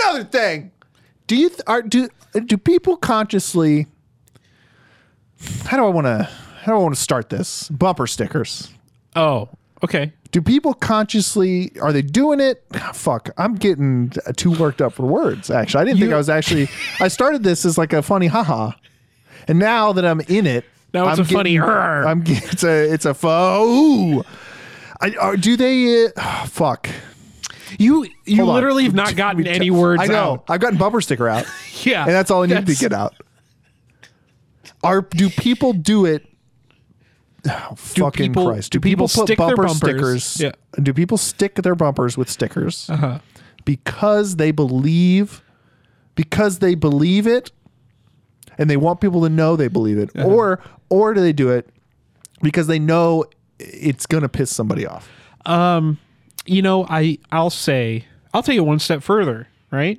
another thing. Do you th- are do do people consciously? How do I want to? How do I want to start this? Bumper stickers. Oh, okay. Do people consciously are they doing it? Ah, Fuck, I'm getting too worked up for words. Actually, I didn't think You- I was actually. I started this as like a funny haha, and now that I'm in it, Now it's I'm a funny "Rrr." I'm get- it's a it's a fo. I, are, do they? Uh, fuck. You you Hold on. literally have not gotten any words I know. out. I've gotten bumper sticker out. Yeah. and that's all I needed to That's- get out. Are do people do it? Oh, fucking people- Christ! do people stick their bumpers? stickers? Yeah. Uh-huh. Do people stick their bumpers with stickers because they believe because they believe it, and they want people to know they believe it, Uh-huh. or or do they do it because they know it's gonna piss somebody off? you know, I I'll say I'll take it one step further, right?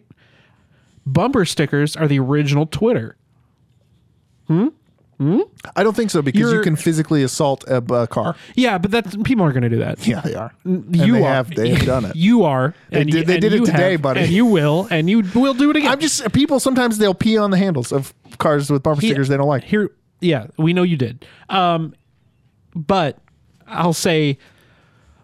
Bumper stickers are the original Twitter. I don't think so because you You're- can physically assault a, a car. Yeah, but that's people aren't going to do that. Yeah, they are. And You they are. have they have done it. You are. They did- they did it today, buddy. And you will, and you will do it again. I'm just people sometimes they'll pee on the handles of cars with bumper stickers they don't like. here yeah we know you did um but i'll say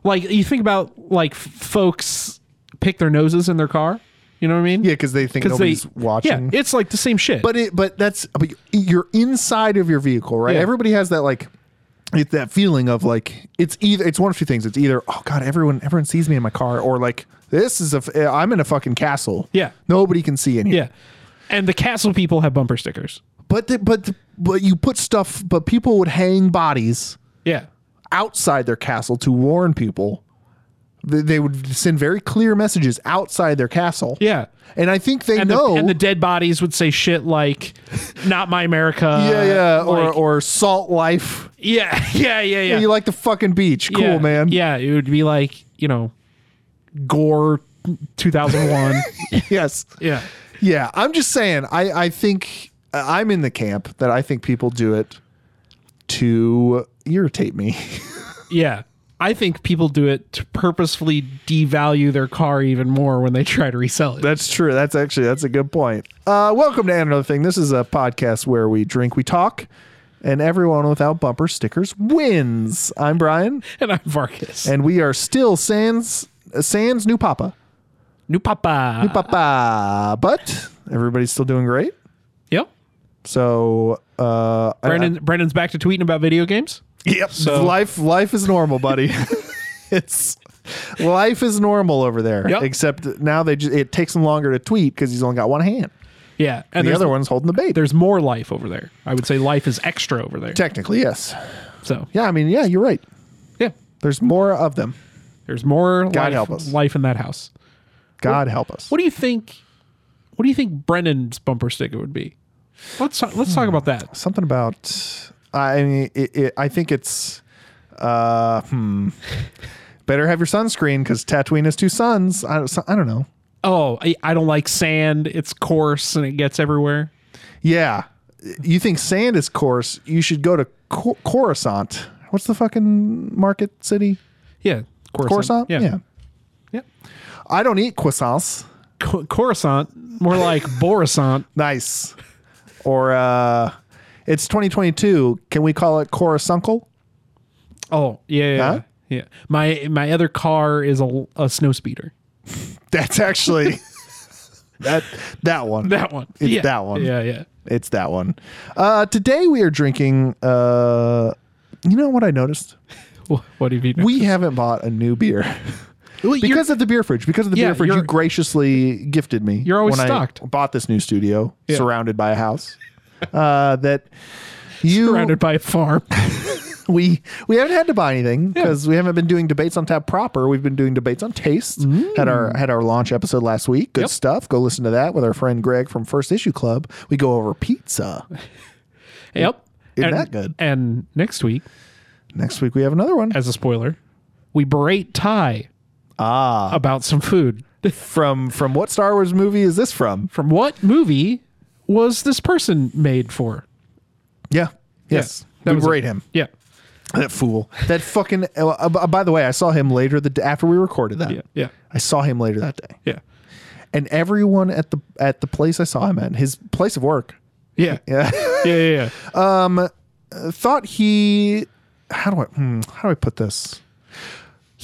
like you think about like f- folks pick their noses in their car you know what i mean Yeah, because they think because they nobody's watching. yeah it's like the same shit but it but that's but you're inside of your vehicle, right? Yeah. Everybody has that like it's that feeling of like it's either it's one of two things. It's either oh god, everyone everyone sees me in my car, or like this is a f- eh, I'm in a fucking castle. Yeah. nobody can see anything. yeah and the castle people have bumper stickers but the, but the, but you put stuff. But people would hang bodies yeah outside their castle to warn people. They- They would send very clear messages outside their castle. yeah And I think they and, know. the, and the dead bodies would say shit like not my america yeah, yeah, or uh, like- or salt life. yeah yeah yeah yeah You like the fucking beach? Cool, Yeah, man. yeah it would be like you know gore 2001 Yes. yeah Yeah. I'm just saying. I I think uh, I'm in the camp that I think people do it to irritate me. Yeah. I think people do it to purposefully devalue their car even more when they try to resell it. That's true. That's actually that's a good point. Uh, welcome to And another thing. This is a podcast where we drink, we talk, and everyone without bumper stickers wins. I'm Brian, and I'm Vargas. and we are still Sans Sans new papa. New papa. Papa, but everybody's still doing great. Yep. So, uh, I- Brendan Brendan's back to tweeting about video games. I- yep. life, life is normal, buddy. it's life is normal over there. Yep. Except now they just, it takes him longer to tweet because he's only got one hand. Yeah. And the there's, other one's holding the bait. there's more life over there. I would say life is extra over there. Technically, yes. So Yeah, I mean, yeah, you're right. yeah. There's more of them. There's more life, help us. life in that house. God help us. What do you think what do you think Brendan's bumper sticker would be? Let's talk, let's talk about that. Something about I mean, it, it, I think it's uh, hmm. Better have your sunscreen because Tatooine has two suns. I, don't- I don't know. Oh, I, I don't like sand. It's coarse and it gets everywhere. Yeah. You think sand is coarse? You should go to Cor- Coruscant. What's the fucking market city? Yeah. Coruscant? Yeah. yeah. I don't eat croissants. Co- Coruscant, more like Borisant. Nice. Or uh it's 2022. Can we call it Coruscunkle? Oh yeah, yeah, Huh? yeah. My my other car is a, a snow speeder. That's actually that that one. That one. It's yeah. that one. Yeah, yeah. It's that one. Uh today we are drinking uh you know what I noticed? Wha- What have you? Done? We haven't bought a new beer. because of the beer fridge, because of the Yeah, beer fridge, you you're- graciously gifted me. You're always when I stocked. bought this new studio Yeah. surrounded by a house. Uh, that you surrounded by a farm. we we haven't had to buy anything because we haven't been doing debates on tap proper. We've been doing debates on taste. Had our had our launch episode last week. Good Mm. Yep. stuff. Go listen to that with our friend Greg from First Issue Club. We go over pizza. yep. Isn't and, that good? And next week, Next week we have another one as a spoiler, we berate Ty ah about some food. from from what Star Wars movie is this from? From what movie was this person made for? Yeah. Yes. Yeah, that we was it. rate him. Yeah. That fool. That fucking. Uh, uh, by the way, I saw him later the day after we recorded that. Yeah. Yeah. I saw him later that day, Yeah. and everyone at the at the place I saw him at, his place of work, Yeah. Yeah. yeah, Yeah. Yeah. thought he how do I hmm, how do I put this?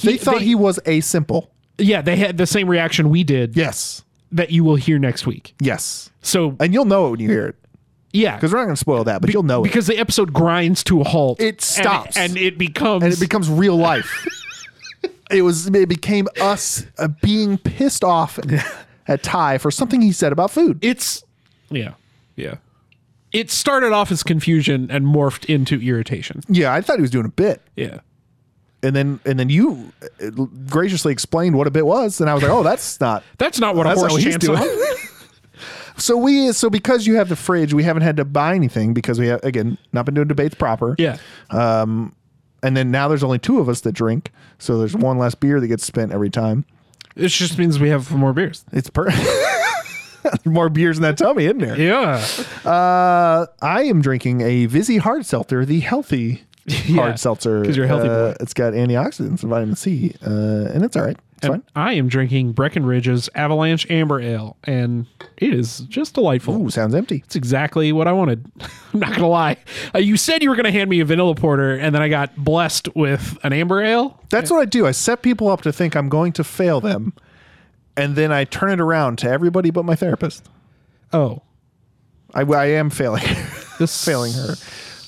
they thought they- he was a simple. Yeah, They had the same reaction we did Yes, that you will hear next week. yes, So and you'll know it when you hear it yeah, because we're not going to spoil that, but you'll know it. because the episode grinds to a halt. Oh. It and- stops. and, it becomes. and it becomes real life. it was it became us uh, being pissed off at Ty for something he said about food. it's yeah, yeah. It started off as confusion and morphed into irritation. Yeah, I thought he was doing a bit, Yeah. and then and then you uh, graciously explained what a bit was, and I was like, oh, that's not That's not what that's a not horse what he's chants are. doing. so we so because you have the fridge, we haven't had to buy anything because we have again not been doing debates proper. Yeah. and then now there's only two of us that drink, so there's one less beer that gets spent every time. It just means we have more beers. It's per more beers in that tummy, isn't there? Yeah. Uh, I am drinking a Vizzy hard seltzer, the healthy hard seltzer. 'cause you're a healthy Uh, It's got antioxidants and vitamin C, uh, and it's all right. It's fine. I am drinking Breckenridge's Avalanche Amber Ale, and it is just delightful. Ooh, sounds empty. It's exactly what I wanted. I'm not gonna lie. Uh, you said you were gonna hand me a vanilla porter, and then I got blessed with an amber ale. That's what I do. I set people up to think I'm going to fail them, and then I turn it around to everybody but my therapist. Oh, I, I am failing. this failing her.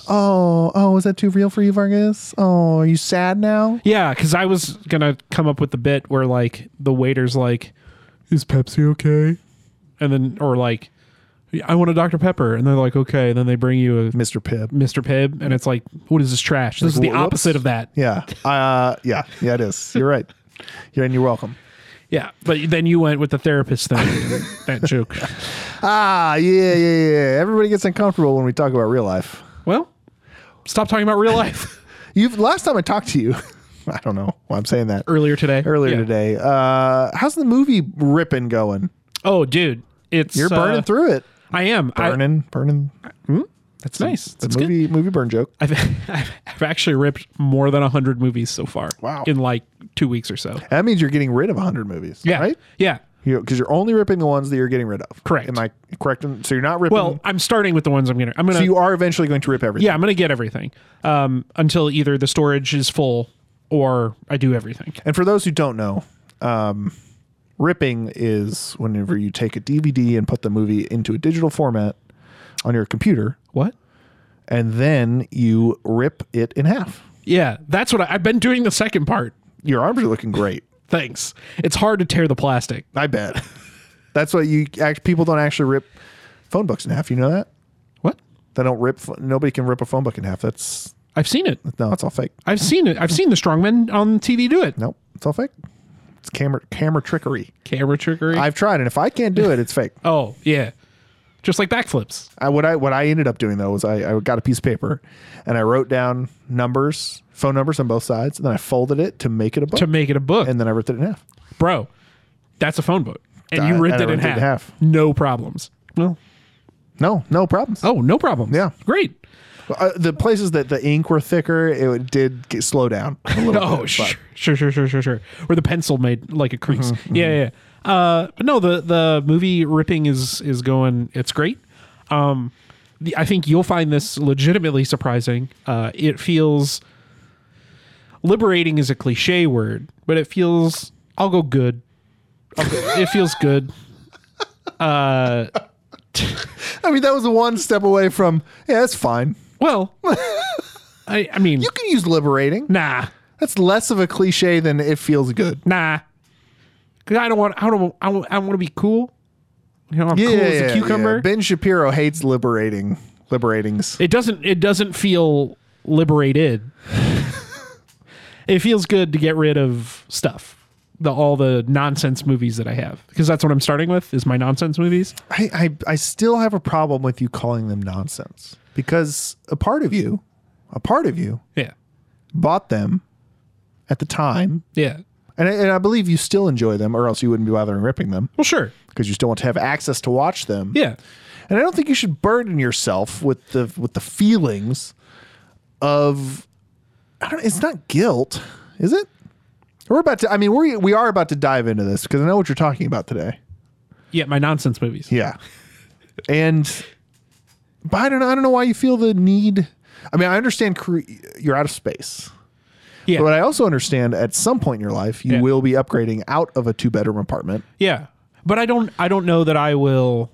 Oh, oh, was that too real for you, Vargas? Oh, are you sad now? Yeah, because I was gonna come up with the bit where like the waiter's like, "Is Pepsi okay?" and then or like, "I want a Dr Pepper," and they're like, "Okay," and then they bring you a Mr. Pibb. Mr Pibb, and it's like, "What is this trash?" This is the Whoops. opposite of that. Yeah. Uh, yeah. Yeah, it is. You're right. You're, and you're welcome. Yeah, but then you went with the therapist thing, that joke. Ah, yeah, yeah, yeah. Everybody gets uncomfortable when we talk about real life. Well, stop talking about real life. You've last time I talked to you, I don't know why I'm saying that Earlier today. earlier Yeah. today. Uh, how's the movie ripping going? Oh, dude, it's You're burning uh, through it. I am I- Burning, burning. that's nice. It's That's a good. movie, movie burn joke. I've, I've I've actually ripped more than hundred movies so far. Wow. In like two weeks or so. That means you're getting rid of 100 movies, Yeah. right? Yeah. Because you're only ripping the ones that you're getting rid of. Correct. Am I correct? in- So you're not ripping. Well, I'm starting with the ones I'm gonna. I'm gonna. so you are eventually going to rip everything. yeah, I'm gonna get everything um, until either the storage is full or I do everything. And for those who don't know, um, ripping is whenever you take a DVD and put the movie into a digital format on your computer, What? and then you rip it in half. Yeah, that's what I, I've been doing. The second part. Your arms are looking great. Thanks. It's hard to tear the plastic. I bet. That's what you act, people don't actually rip phone books in half. You know that? What? They don't rip. ph- Nobody can rip a phone book in half. That's I've seen it. no. It's all fake. I've seen it. I've seen the strongmen on TV do it. Nope. It's all fake. It's camera camera trickery. Camera trickery. I've tried, and if I can't do it, it's fake. oh yeah, just like backflips. I, what I what I ended up doing though was I, I got a piece of paper and I wrote down numbers, phone numbers on both sides, and then I folded it to make it a book, to make it a book, and then I ripped it in half. bro. That's a phone book, and I- you ripped, and I it, in ripped it in half. half. No problems. Well, No, no problems. oh, no problems. Yeah. great. Uh, the places that the ink were thicker, it did get, slow down. A little Oh, bit, sure, sure, sure, sure, sure, sure. Where the pencil made like a crease. Mm-hmm, Yeah, yeah. yeah. Uh, but no, the the movie ripping is is going. It's great. Um, the, I think you'll find this legitimately surprising. Uh, it feels liberating is a cliche word, but it feels. I'll go good. I'll go, it feels good. but- I mean, that was the one step away from yeah, that's fine. Well, I I mean, You can use liberating. nah, That's less of a cliche than it feels good. nah. 'Cause I don't want. I don't. I want, I want to be cool. You know, I'm cool as a cucumber. yeah. Ben Shapiro hates liberating liberatings. It doesn't. It doesn't feel liberated. it feels good to get rid of stuff, the all the nonsense movies that I have, because that's what I'm starting with is my nonsense movies. I, I I still have a problem with you calling them nonsense because a part of you, a part of you Yeah, bought them at the time, yeah. and I, and I believe you still enjoy them, or else you wouldn't be bothering ripping them Well, sure. because you still want to have access to watch them. Yeah, and I don't think you should burden yourself with the with the feelings of I don't. It's not guilt, is it? We're about to. I mean, we we are about to dive into this because I know what you're talking about today. yeah, my nonsense movies. Yeah. And but I don't know, I don't know why you feel the need. I mean, I understand cre- you're out of space. Yeah. But I also understand at some point in your life you Yeah. will be upgrading out of a two bedroom apartment. Yeah, but I don't. I don't know that I will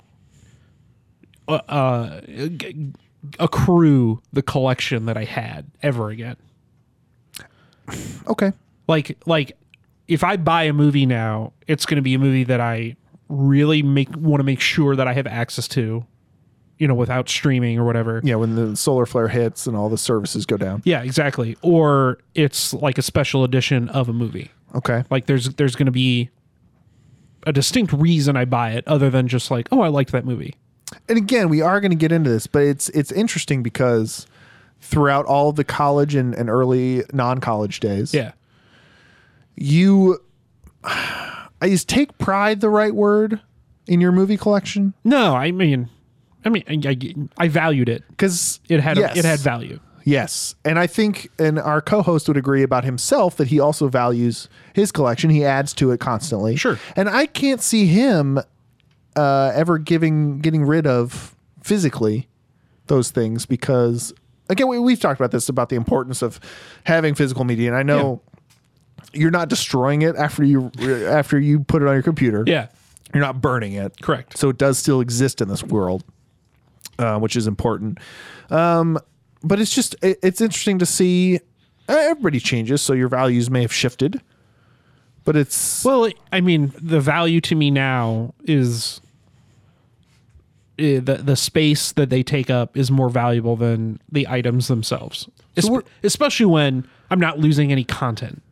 uh, uh, g- accrue the collection that I had ever again. Okay. Like, like if I buy a movie now, it's going to be a movie that I really make want to make sure that I have access to, you know, without streaming or whatever. Yeah, when the solar flare hits and all the services go down. yeah exactly. Or it's like a special edition of a movie. Okay. Like there's there's going to be a distinct reason I buy it other than just like, oh, I liked that movie. and again, we are going to get into this, but it's it's interesting because throughout all the college and, and early non-college days, Yeah. you I is take pride the right word in your movie collection No, I mean, I mean, I, I- I valued it. because It had yes, it had value. yes, and I think and our co-host would agree about himself that he also values his collection. He adds to it constantly. Sure. and I can't see him uh, ever giving getting rid of physically those things because again we, we've talked about this about the importance of having physical media and i know you're not destroying it after you after you put it on your computer Yeah, you're not burning it Correct. so it does still exist in this world uh, which is important um, but it's just it, it's interesting to see uh, everybody changes so your values may have shifted but it's Well, I mean, the value to me now is eh, the the space that they take up is more valuable than the items themselves. Espe- we're- especially when I'm not losing any content,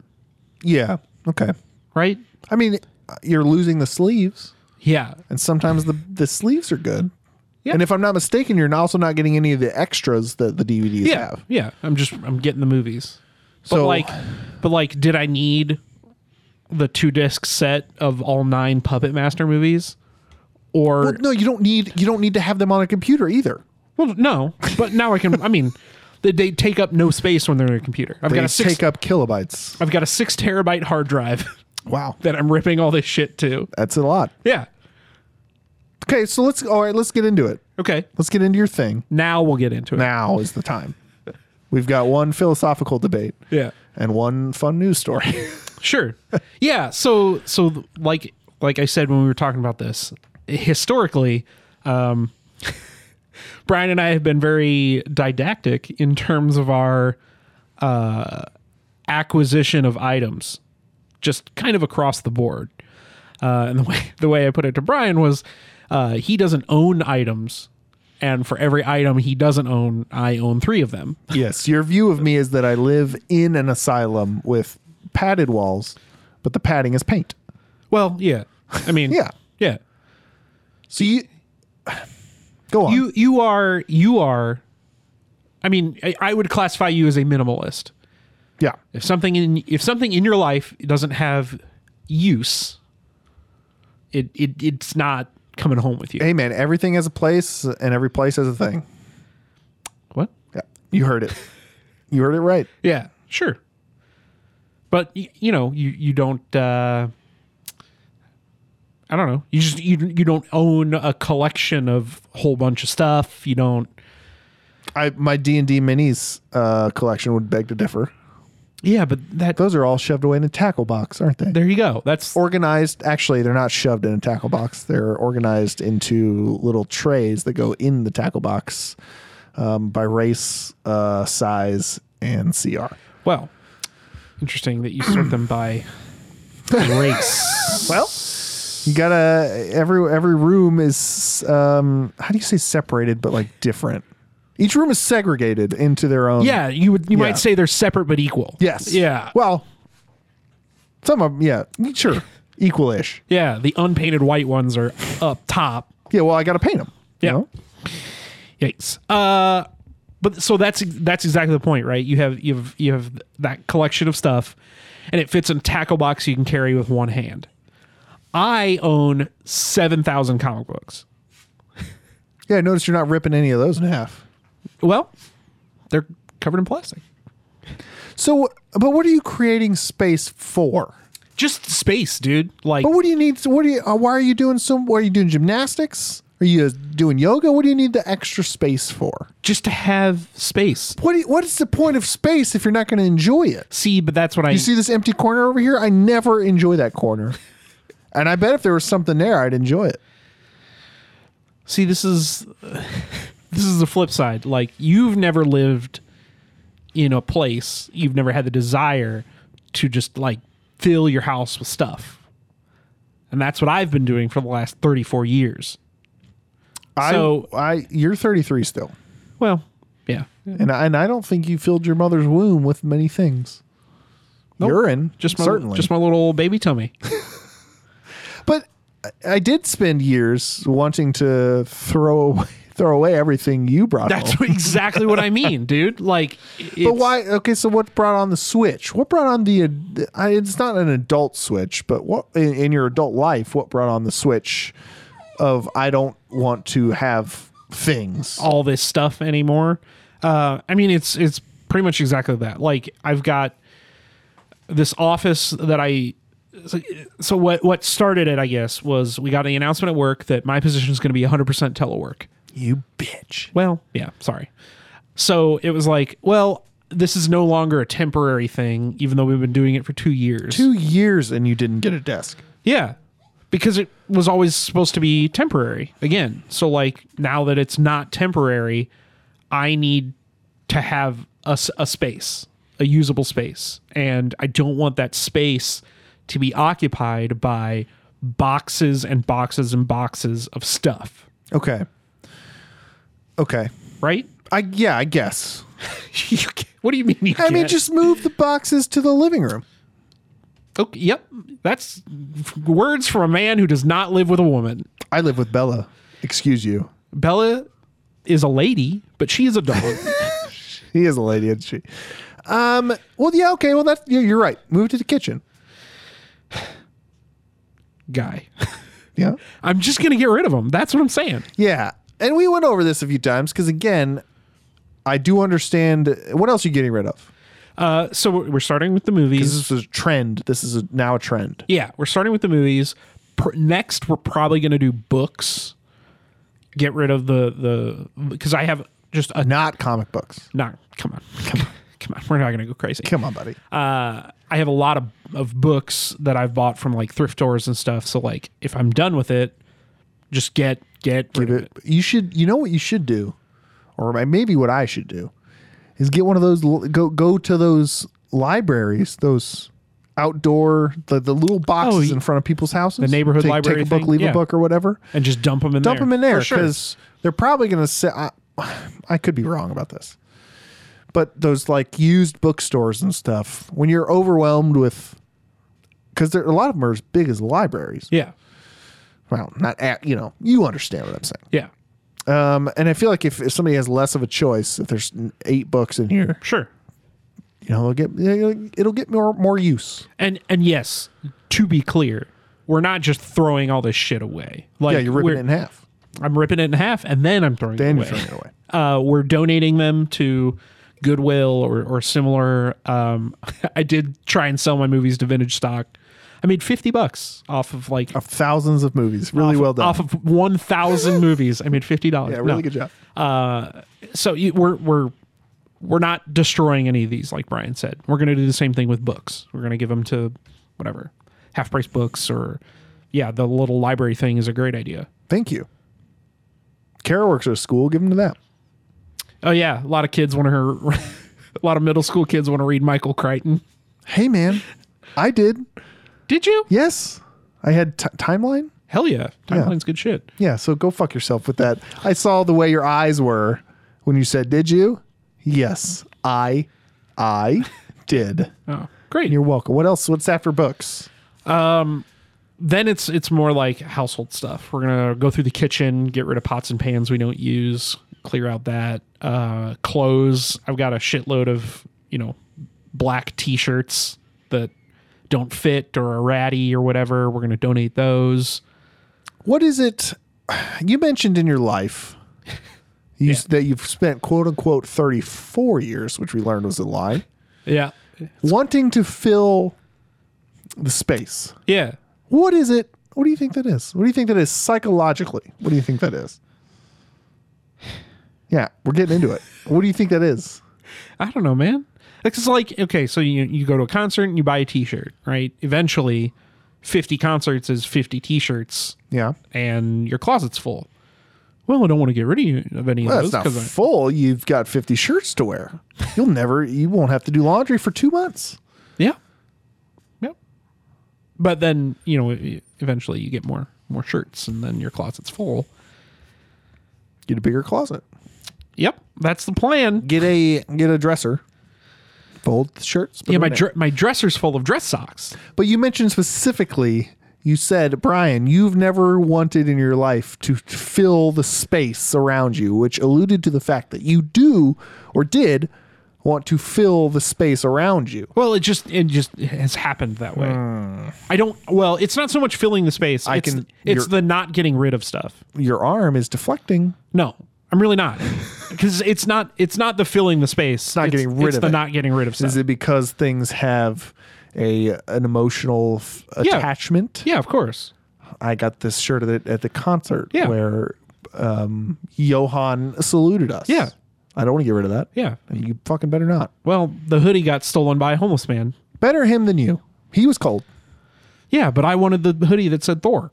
yeah okay right? i mean you're losing the sleeves Yeah. and sometimes the the sleeves are good Yeah. and if i'm not mistaken you're also not getting any of the extras that the dvds Yeah. have Yeah. I'm just I'm getting the movies. But So- like but like did I need the two disc set of all nine Puppet Master movies? Or Well, no you don't need you don't need to have them on a computer either Well, no, but now I can. I mean, they, they take up no space when they're in a computer. I've they got a six. take up kilobytes I've got a six terabyte hard drive wow that I'm ripping all this shit to. that's a lot Yeah. okay so let's all right let's get into it Okay. let's get into your thing Now we'll get into it. now is the time we've got one philosophical debate Yeah. and one fun news story Sure. yeah. So so like like I said when we were talking about this historically, um, Brian and I have been very didactic in terms of our uh, acquisition of items, just kind of across the board. Uh, and the way the way I put it to Brian was, uh, he doesn't own items, and for every item he doesn't own, I own three of them. yes your view of me is that i live in an asylum with padded walls but the padding is paint Well, yeah. I mean, Yeah. yeah. so you go on you you are you are i mean I, I would classify you as a minimalist yeah if something in if something in your life doesn't have use it, it it's not coming home with you hey man, everything has a place and every place has a thing. what Yeah. You heard it. you heard it right. yeah sure but y- you know you you don't uh i don't know you just you, you don't own a collection of a whole bunch of stuff you don't I my D and D minis uh, collection would beg to differ. yeah but that Those are all shoved away in a tackle box, aren't they? there you go that's organized. Actually, they're not shoved in a tackle box. They're organized into little trays that go in the tackle box um, by race, uh, size, and CR. Well, interesting that you sort them by race. Well, you gotta every every room is um, how do you say separated, but like different. Each room is segregated into their own. yeah, you would you Yeah. might say they're separate but equal. Yes. Yeah. Well, some of 'em, yeah, sure, equal-ish. yeah, the unpainted white ones are up top. Yeah. Well, I gotta paint them. Yeah. Yikes. Uh but so that's that's exactly the point, right? You have you have you have that collection of stuff and it fits in a tackle box you can carry with one hand. I own 7,000 comic books. Yeah. I noticed you're not ripping any of those in half. Well, they're covered in plastic. So, but what are you creating space for? Just space, dude. Like But what do you need? What do you? Uh, why are you doing some? Why are you doing gymnastics? Are you doing yoga? What do you need the extra space for? just to have space. What do you, What is the point of space if you're not going to enjoy it? See, but that's what I You see this empty corner over here? I never enjoy that corner, and I bet if there was something there, I'd enjoy it. see. This is this is the flip side. Like you've never lived in a place. You've never had the desire to just like fill your house with stuff. And that's what I've been doing for the last 34 years. So- I, I, you're 33 still, Well, yeah. and I, and I don't think you filled your mother's womb with many things. Urine, Just my certainly, Oh. just my little baby tummy. But I- I did spend years wanting to throw away, throw away everything you brought. That's home. exactly what I mean, dude. Like But it's- why? Okay, so what brought on the Switch? What brought on the? ad- I- It's not an adult Switch, but what in, in your adult life? What brought on the Switch of I don't want to have things? all this stuff anymore. Uh, I mean, it's it's pretty much exactly that. Like I've got this office that I. So, so what what started it, I guess, was we got the announcement at work that my position is going to be 100% telework. You bitch. Well, yeah, sorry. So it was like, well, this is no longer a temporary thing, even though we've been doing it for two years. Two years and you didn't get a desk. Yeah. Because it was always supposed to be temporary again. So like now that it's not temporary, I need to have a, s- a space, a usable space. And I don't want that space to be occupied by boxes and boxes and boxes of stuff, Okay. Okay. right? I yeah, I guess. You can't- what do you mean you I mean, can't? just move the boxes to the living room. okay, Oh, yep. That's f- words from a man who does not live with a woman. I live with Bella. Excuse you. Bella is a lady, but she is a dog. He is a lady, isn't she? Um. Well, yeah. Okay. Well, that yeah, you're right. Move to the kitchen. guy. Yeah. I'm just gonna get rid of them. That's what I'm saying. Yeah. And we went over this a few times because, again, I do understand. What else are you getting rid of? Uh, so we're we're starting with the This movies. is a trend. This is a, now a trend. Yeah, we're starting with the movies. Pr- next, we're probably gonna do books. Get rid of the the because I have just a Not comic books. not. Come on, come on, come on. We're not gonna go crazy. Come on, buddy. uh, I have a lot of, of books that I've bought from like thrift stores and stuff. So like, if I'm done with it, just get get rid But of it. you should. You know what you should do, or maybe what I should do, is get one of those. l- Go go to those libraries. Those outdoor the, the little boxes Oh, y- in front of people's houses. The neighborhood take, library Take a book, thing? leave Yeah. a book, or whatever. and just dump them in dump there. them in there For sure. because they're probably going to sell. I, I could be wrong about this, but those like used bookstores and stuff. When you're overwhelmed with, because there a lot of them are as big as libraries. yeah, Well, not at you know you understand what I'm saying. yeah, Um, and I feel like if, if somebody has less of a choice, if there's eight books in here, sure. you know, they'll get it'll get more more use. And and yes, to be clear, we're not just throwing all this shit away. Like yeah, you're ripping we're- it in half. I'm ripping it in half, and then I'm throwing Then it you're away. throwing it away. Uh, we're donating them to Goodwill or or similar. Um, I did try and sell my movies to vintage stock. I made fifty bucks off of like Of thousands of movies, really Oh, well done. off of one thousand movies. I made fifty dollars. yeah, really good job. So you, we're we're we're not destroying any of these, like Brian said. We're going to do the same thing with books. We're going to give them to whatever half price books or yeah, the little library thing is a great idea. Thank you. Kara works at a school. Give them to that. Oh yeah, a lot of kids want to. Her, a lot of middle school kids want to read Michael Crichton. Hey, man, I did. Did you? Yes, I had t- timeline. Hell yeah, timeline's good shit. Yeah, so go fuck yourself with that. I saw the way your eyes were when you said, "Did you?" Yes, I, I did. Oh, great. You're welcome. What else? What's after books? then it's it's more like household stuff. We're gonna go through the kitchen, get rid of pots and pans we don't use, clear out that uh, clothes. I've got a shitload of you know black t-shirts that don't fit or are ratty or whatever. We're gonna donate those. What is it? You mentioned in your life you, s that you've spent quote unquote 34 years, which we learned was a lie, Yeah, wanting to fill the space. Yeah. What is it? What do you think that is? What do you think that is psychologically? What do you think that is? Yeah, we're getting into it. What do you think that is? I don't know, man. Like, It's like okay, so you you go to a concert and you buy a T-shirt, right? Eventually, fifty concerts is fifty T-shirts, Yeah. and your closet's full. Well, I don't want to get rid of, you, of any Well, of that's not those because full. You've got 50 shirts to wear. You'll never, you won't have to do laundry for two months. yeah, yep. But then you know, e- eventually you get more more shirts, and then your closet's full. Get a bigger closet. Yep, that's the plan. Get a, get a dresser. Fold the shirts. put Yeah, them my in. dr- my dresser's full of dress socks. But you mentioned specifically, you said, Brian, you've never wanted in your life to fill the space around you, which alluded to the fact that you do or did want to fill the space around you. Well, it just it just has happened that way. I don't. Well, it's not so much filling the space. I it's, Hmm. can- It's you're- the not getting rid of stuff. Your arm is deflecting. No, I'm really not because it's not. It's not the filling the space. It's not getting rid it's of the it. not getting rid of stuff. Is it because things have a an emotional f- Yeah. attachment? yeah, of course. I got this shirt at the, at the concert Yeah. where um, Johan saluted us. Yeah. I don't want to get rid of that. Yeah. And you fucking better not. Well, the hoodie got stolen by a homeless man. Better him than you. He was cold. Yeah, but I wanted the hoodie that said Thor.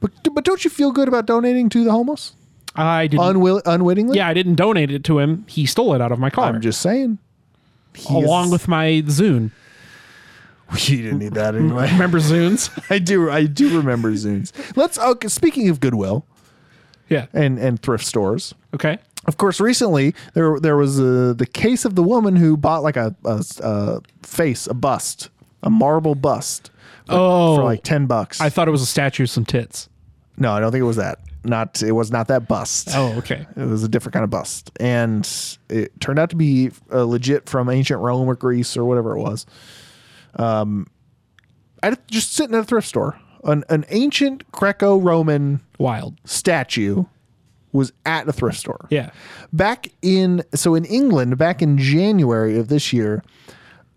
But but don't you feel good about donating to the homeless I didn't. Unwill- unwittingly? yeah, I didn't donate it to him. He stole it out of my car I'm just saying. He along is- with my Zune. you didn't need that anyway. Remember Zunes? I do I do remember Zunes. Let's okay, speaking of Goodwill yeah. and and thrift stores. Okay. Of course, recently there there was uh the case of the woman who bought like a, a, a face, a bust, a marble bust for, Oh. for like 10 bucks. I thought it was a statue of some tits. no, I don't think it was that. Not it was not that bust. Oh, okay. It was a different kind of bust, and it turned out to be uh, legit from ancient Rome or Greece or whatever it was. Um, I just sitting at a thrift store, an an ancient Greco-Roman Wild. statue was at a thrift store. Yeah. Back in so in England, back in January of this year,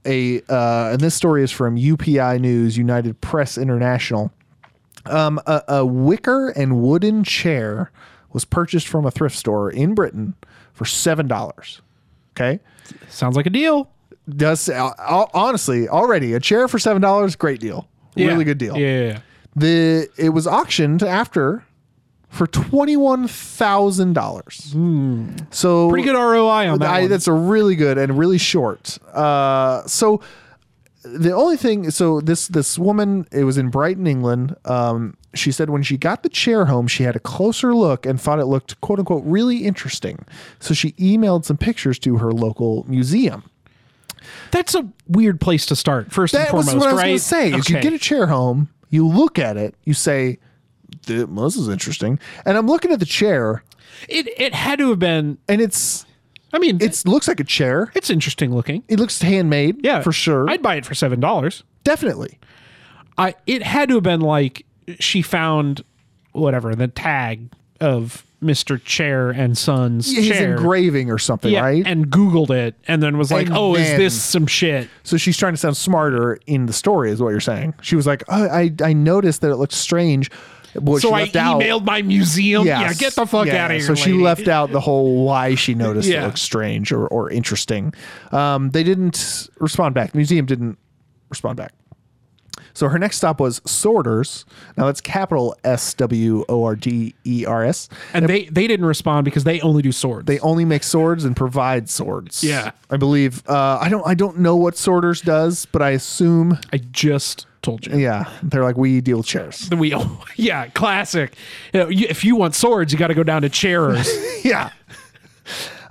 a uh, and this story is from UPI News, United Press International. Um, a, a wicker and wooden chair was purchased from a thrift store in Britain for seven dollars. Okay, Sounds like a deal. does uh, honestly already a chair for seven dollars? Great deal, really good deal. Yeah, yeah, yeah. The it was auctioned after for twenty one thousand dollars. So Hmm. Pretty good ROI on that. I, one. that's a really good and really short. Uh, so the only thing, so this this woman, it was in Brighton, England. Um, she said when she got the chair home, she had a closer look and thought it looked quote unquote really interesting. So she emailed some pictures to her local museum. That's a weird place to start. First and That foremost, was what I was right? going to say. Is you Okay. get a chair home, you look at it, you say, "Th- well, "This is interesting," and I'm looking at the chair, it, it had to have been. and it's I mean, it's it's looks like a chair. it's interesting looking. It looks handmade, Yeah, for sure, I'd buy it for seven dollars. definitely. I it had to have been like she found whatever the tag of Mister Chair and Sons his chair, engraving or something, yeah, right? and Googled it, and then was like, And oh, is then- this some shit? so she's trying to sound smarter in the story, is what you're saying. She was like, oh, I I noticed that it looked strange. What So she I left out- emailed my museum. Yes. Yeah, get the fuck Yeah, out of here. So she lady. left out the whole why she noticed Yeah. it looked strange or, or interesting. Um, they didn't respond back. The museum didn't respond back. So her next stop was Sorters. Now that's capital S W O R D E R S. and they they didn't respond because they only do swords. They only make swords and provide swords. Yeah. I believe. Uh, I don't. I don't know what Sorters does, but I assume. I just told you. Yeah, they're like we deal chairs. the wheel. Yeah, classic. You know, you, if you want swords, you got to go down to chairs. yeah. Um,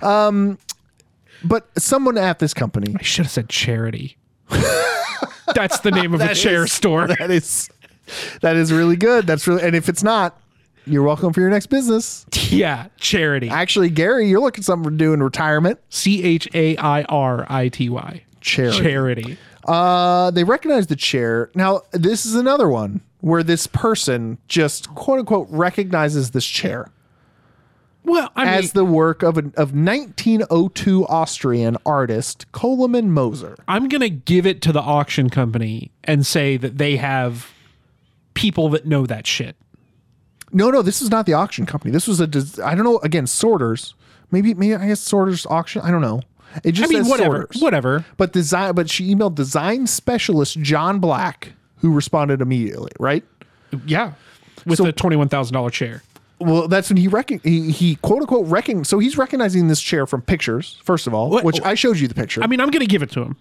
but someone at this company I should have said charity. That's the name of a chair store. that is that is really good. That's really and if it's not, you're welcome for your next business. yeah, charity. Actually, Gary, you're looking something to do in retirement. C H A I R I T Y. Charity. Charity. Uh, they recognize the chair. Now, this is another one where this person just quote unquote recognizes this chair. Well, I mean, as the work of an, of 1902 Austrian artist Coleman Moser. I'm gonna give it to the auction company and say that they have people that know that shit. No, no, this is not the auction company. This was a dis- I don't know. Again, sorters. Maybe maybe I guess sorters auction. I don't know. It I just mean, says whatever, sorters. whatever. But design. But she emailed design specialist John Black, who responded immediately. Right. Yeah, with the twenty-one thousand dollar chair. Well, that's when he recon- he, he quote unquote recon. So he's recognizing this chair from pictures. First of all, What- which oh. I showed you the picture. I mean, I'm gonna give it to him.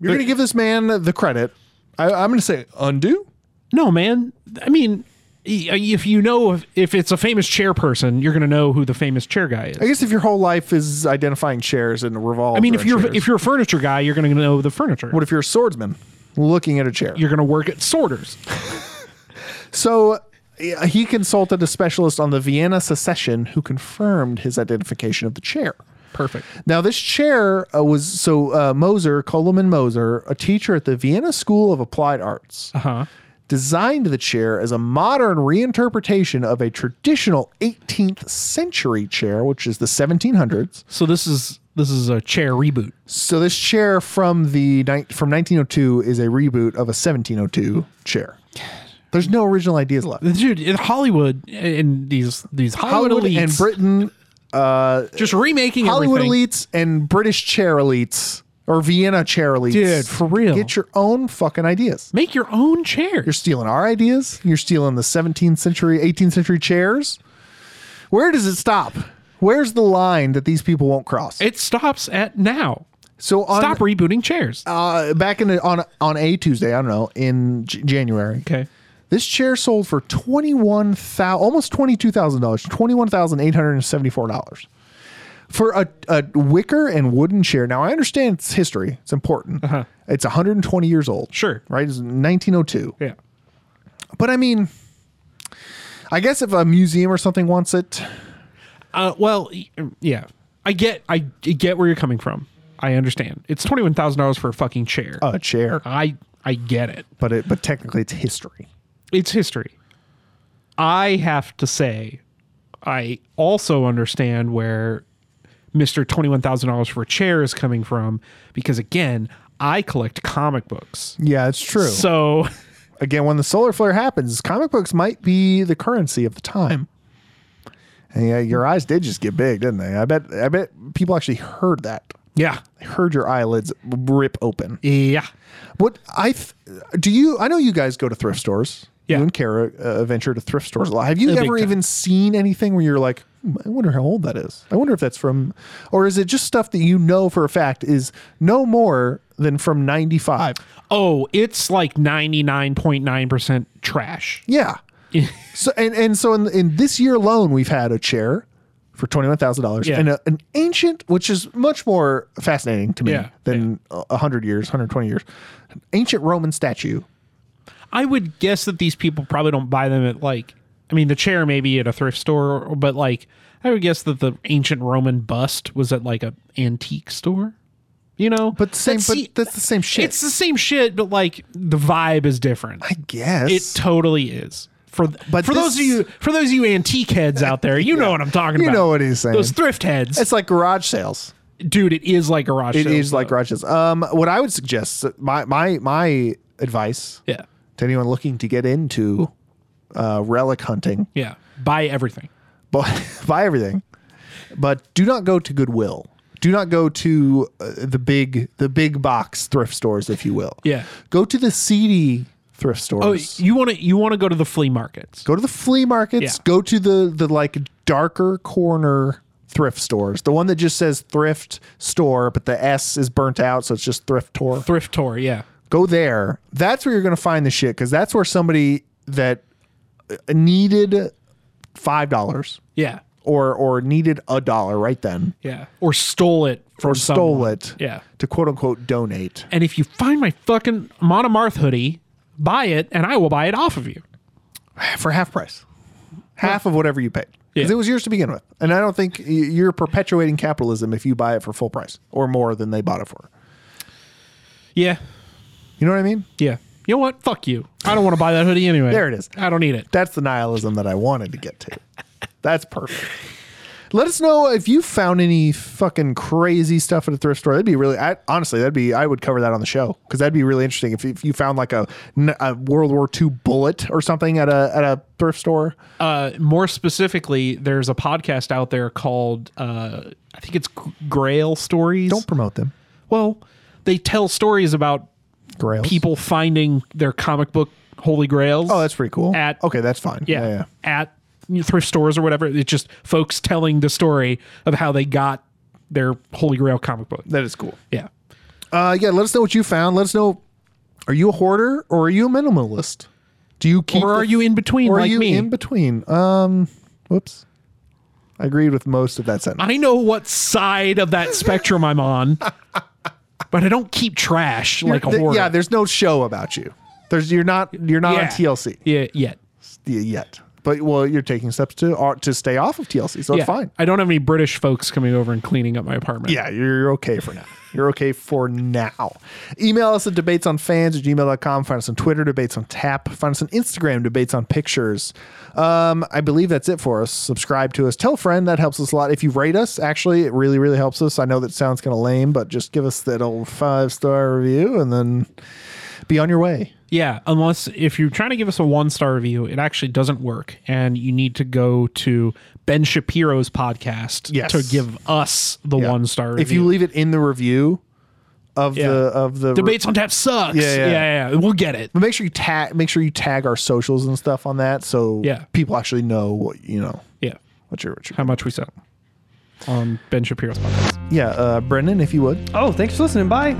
You're gonna give this man the credit. I, I'm gonna say undo. No, man. I mean, y- uh, if you know if, if it's a famous chair person, you're gonna know who the famous chair guy is. I guess if your whole life is identifying chairs and revolve. I mean, if you're if you're a furniture guy, you're gonna know the furniture. what if you're a swordsman looking at a chair? You're gonna work at sorters. So yeah, he consulted a specialist on the Vienna secession who confirmed his identification of the chair. Perfect. Now, this chair uh, was so uh, Moser, Coleman Moser, a teacher at the Vienna School of Applied Arts, Uh huh. designed the chair as a modern reinterpretation of a traditional 18th century chair, which is the 1700s. So this is this is a chair reboot. So this chair from the ni- from 1902 is a reboot of a 1702 chair. There's no original ideas left. Dude, in Hollywood and these these Hollywood, Hollywood elites and Britain just remaking Hollywood everything. elites and British chair elites or Vienna chair elites. Dude, for real. Get your own fucking ideas. Make your own chair. You're stealing our ideas. You're stealing the 17th century, 18th century chairs. Where does it stop? Where's the line that these people won't cross? It stops at now. so on Stop rebooting chairs. uh, back in the, on on a Tuesday, I don't know, in J- January. okay. This chair sold for twenty one thousand, almost twenty two thousand dollars, twenty one thousand eight hundred and seventy four dollars for a, a wicker and wooden chair. Now I understand its history; it's important. It's one hundred and twenty years old. Sure. right? It's nineteen oh two. Yeah. But I mean, I guess if a museum or something wants it, Uh, well, y- yeah. I get I get where you're coming from. I understand. It's twenty one thousand dollars for a fucking chair. a chair. I I get it. But it, but technically, it's history. It's history. I have to say, I also understand where Mister twenty one thousand dollars for a chair is coming from because again, I collect comic books. Yeah, it's true. So again, when the solar flare happens, comic books might be the currency of the time. And yeah, your eyes did just get big, didn't they? I bet. I bet people actually heard that. yeah, They heard your eyelids rip open. yeah. What I th- do you? I know you guys go to thrift stores. Yeah. You and Kara uh, venture to thrift stores a lot. Have you big ever time. even seen anything where you're like, hmm, I wonder how old that is. I wonder if that's from, or is it just stuff that you know for a fact is no more than from '95? Oh, it's like ninety nine point nine percent trash. Yeah. so and and so in in this year alone, we've had a chair for twenty one thousand dollars Yeah. and a, an ancient, which is much more fascinating to me Yeah, than a hundred years, hundred twenty years, an ancient Roman statue. I would guess that these people probably don't buy them at like I mean the chair maybe at a thrift store, but like I would guess that the ancient Roman bust was at like a antique store. You know, But same, That's- but see, that's the same shit. it's the same shit, but like the vibe is different. I guess It totally is. For But but for those of this- you for those of you antique heads out there, you know what I'm talking you about. know what he's saying. Those thrift heads, it's like garage sales. dude. It is like garage. It sales, is like though. garage sales. Um, what I would suggest, my my my advice yeah, to anyone looking to get into uh, relic hunting, yeah. Buy everything. buy, buy everything, but do not go to Goodwill. Do not go to uh, the big the big box thrift stores, if you will. Yeah. Go to the seedy thrift Oh, stores. you want to you want to go to the flea markets? go to the flea markets. Yeah. Go to the the like darker corner thrift stores. The one that just says thrift store, but the S is burnt out, so it's just thrift tour. Thrift tour, yeah. Go there. That's where you're going to find the shit because that's where somebody that uh, needed five dollars Yeah. or or needed a dollar right then Yeah. Or stole it from or stole someone. it Yeah. to quote unquote donate. And if you find my fucking Monomarth hoodie, buy it and I will buy it off of you. for half price, half of whatever you paid. Because Yeah. it was yours to begin with, and I don't think y- you're perpetuating capitalism if you buy it for full price or more than they bought it for. Yeah. You know what I mean? Yeah. You know what? Fuck you. I don't want to buy that hoodie anyway. There it is. I don't need it. That's the nihilism that I wanted to get to. That's perfect. Let us know if you found any fucking crazy stuff at a thrift store. That'd be really, I, honestly, that'd be, I would cover that on the show because that'd be really interesting. If, if you found like a, a World War II bullet or something at a at a thrift store, Uh, more specifically, there's a podcast out there called uh, I think it's G- Grail Stories. don't promote them. well, they tell stories about Grails. people finding their comic book holy grails. Oh, that's pretty cool. At- okay, that's fine. yeah, at thrift stores or whatever. It's just folks telling the story of how they got their holy grail comic book. That is cool. Yeah. Uh, yeah, let us know what you found. Let us know. Are you a hoarder or are you a minimalist? Do you keep Or the- are you in between or are like you me? in between? Um, whoops. I agreed with most of that sentence. I know what side of that spectrum I'm on, but I don't keep trash like a Th- hoarder. yeah, there's no show about you. There's you're not you're not on Yeah. TLC Yeah, yet. y- yet. But well, you're taking steps to uh, to stay off of TLC, so Yeah. it's fine. I don't have any British folks coming over and cleaning up my apartment. Yeah, you're, you're okay for now. You're okay for now. Email us at debates on fans at gmail.com. Find us on Twitter, debates on tap. Find us on Instagram, debates on pictures. Um, I believe that's it for us. Subscribe to us. Tell a friend. That helps us a lot. If you rate us, actually, it really, really helps us. I know that sounds kind of lame, but just give us that old five star review and then be on your way. Yeah, unless if you're trying to give us a one star review, it actually doesn't work, and you need to go to Ben Shapiro's podcast Yes. to give us the Yeah. one star. If you leave it in the review of Yeah. the of the debates on tap sucks, Yeah, yeah. yeah, yeah, we'll get it. But make sure you tag make sure you tag our socials and stuff on that so Yeah. people actually know what you know Yeah, what you're what you're how much we sell on Ben Shapiro's podcast. yeah uh brendan if you would Oh, thanks for listening. Bye.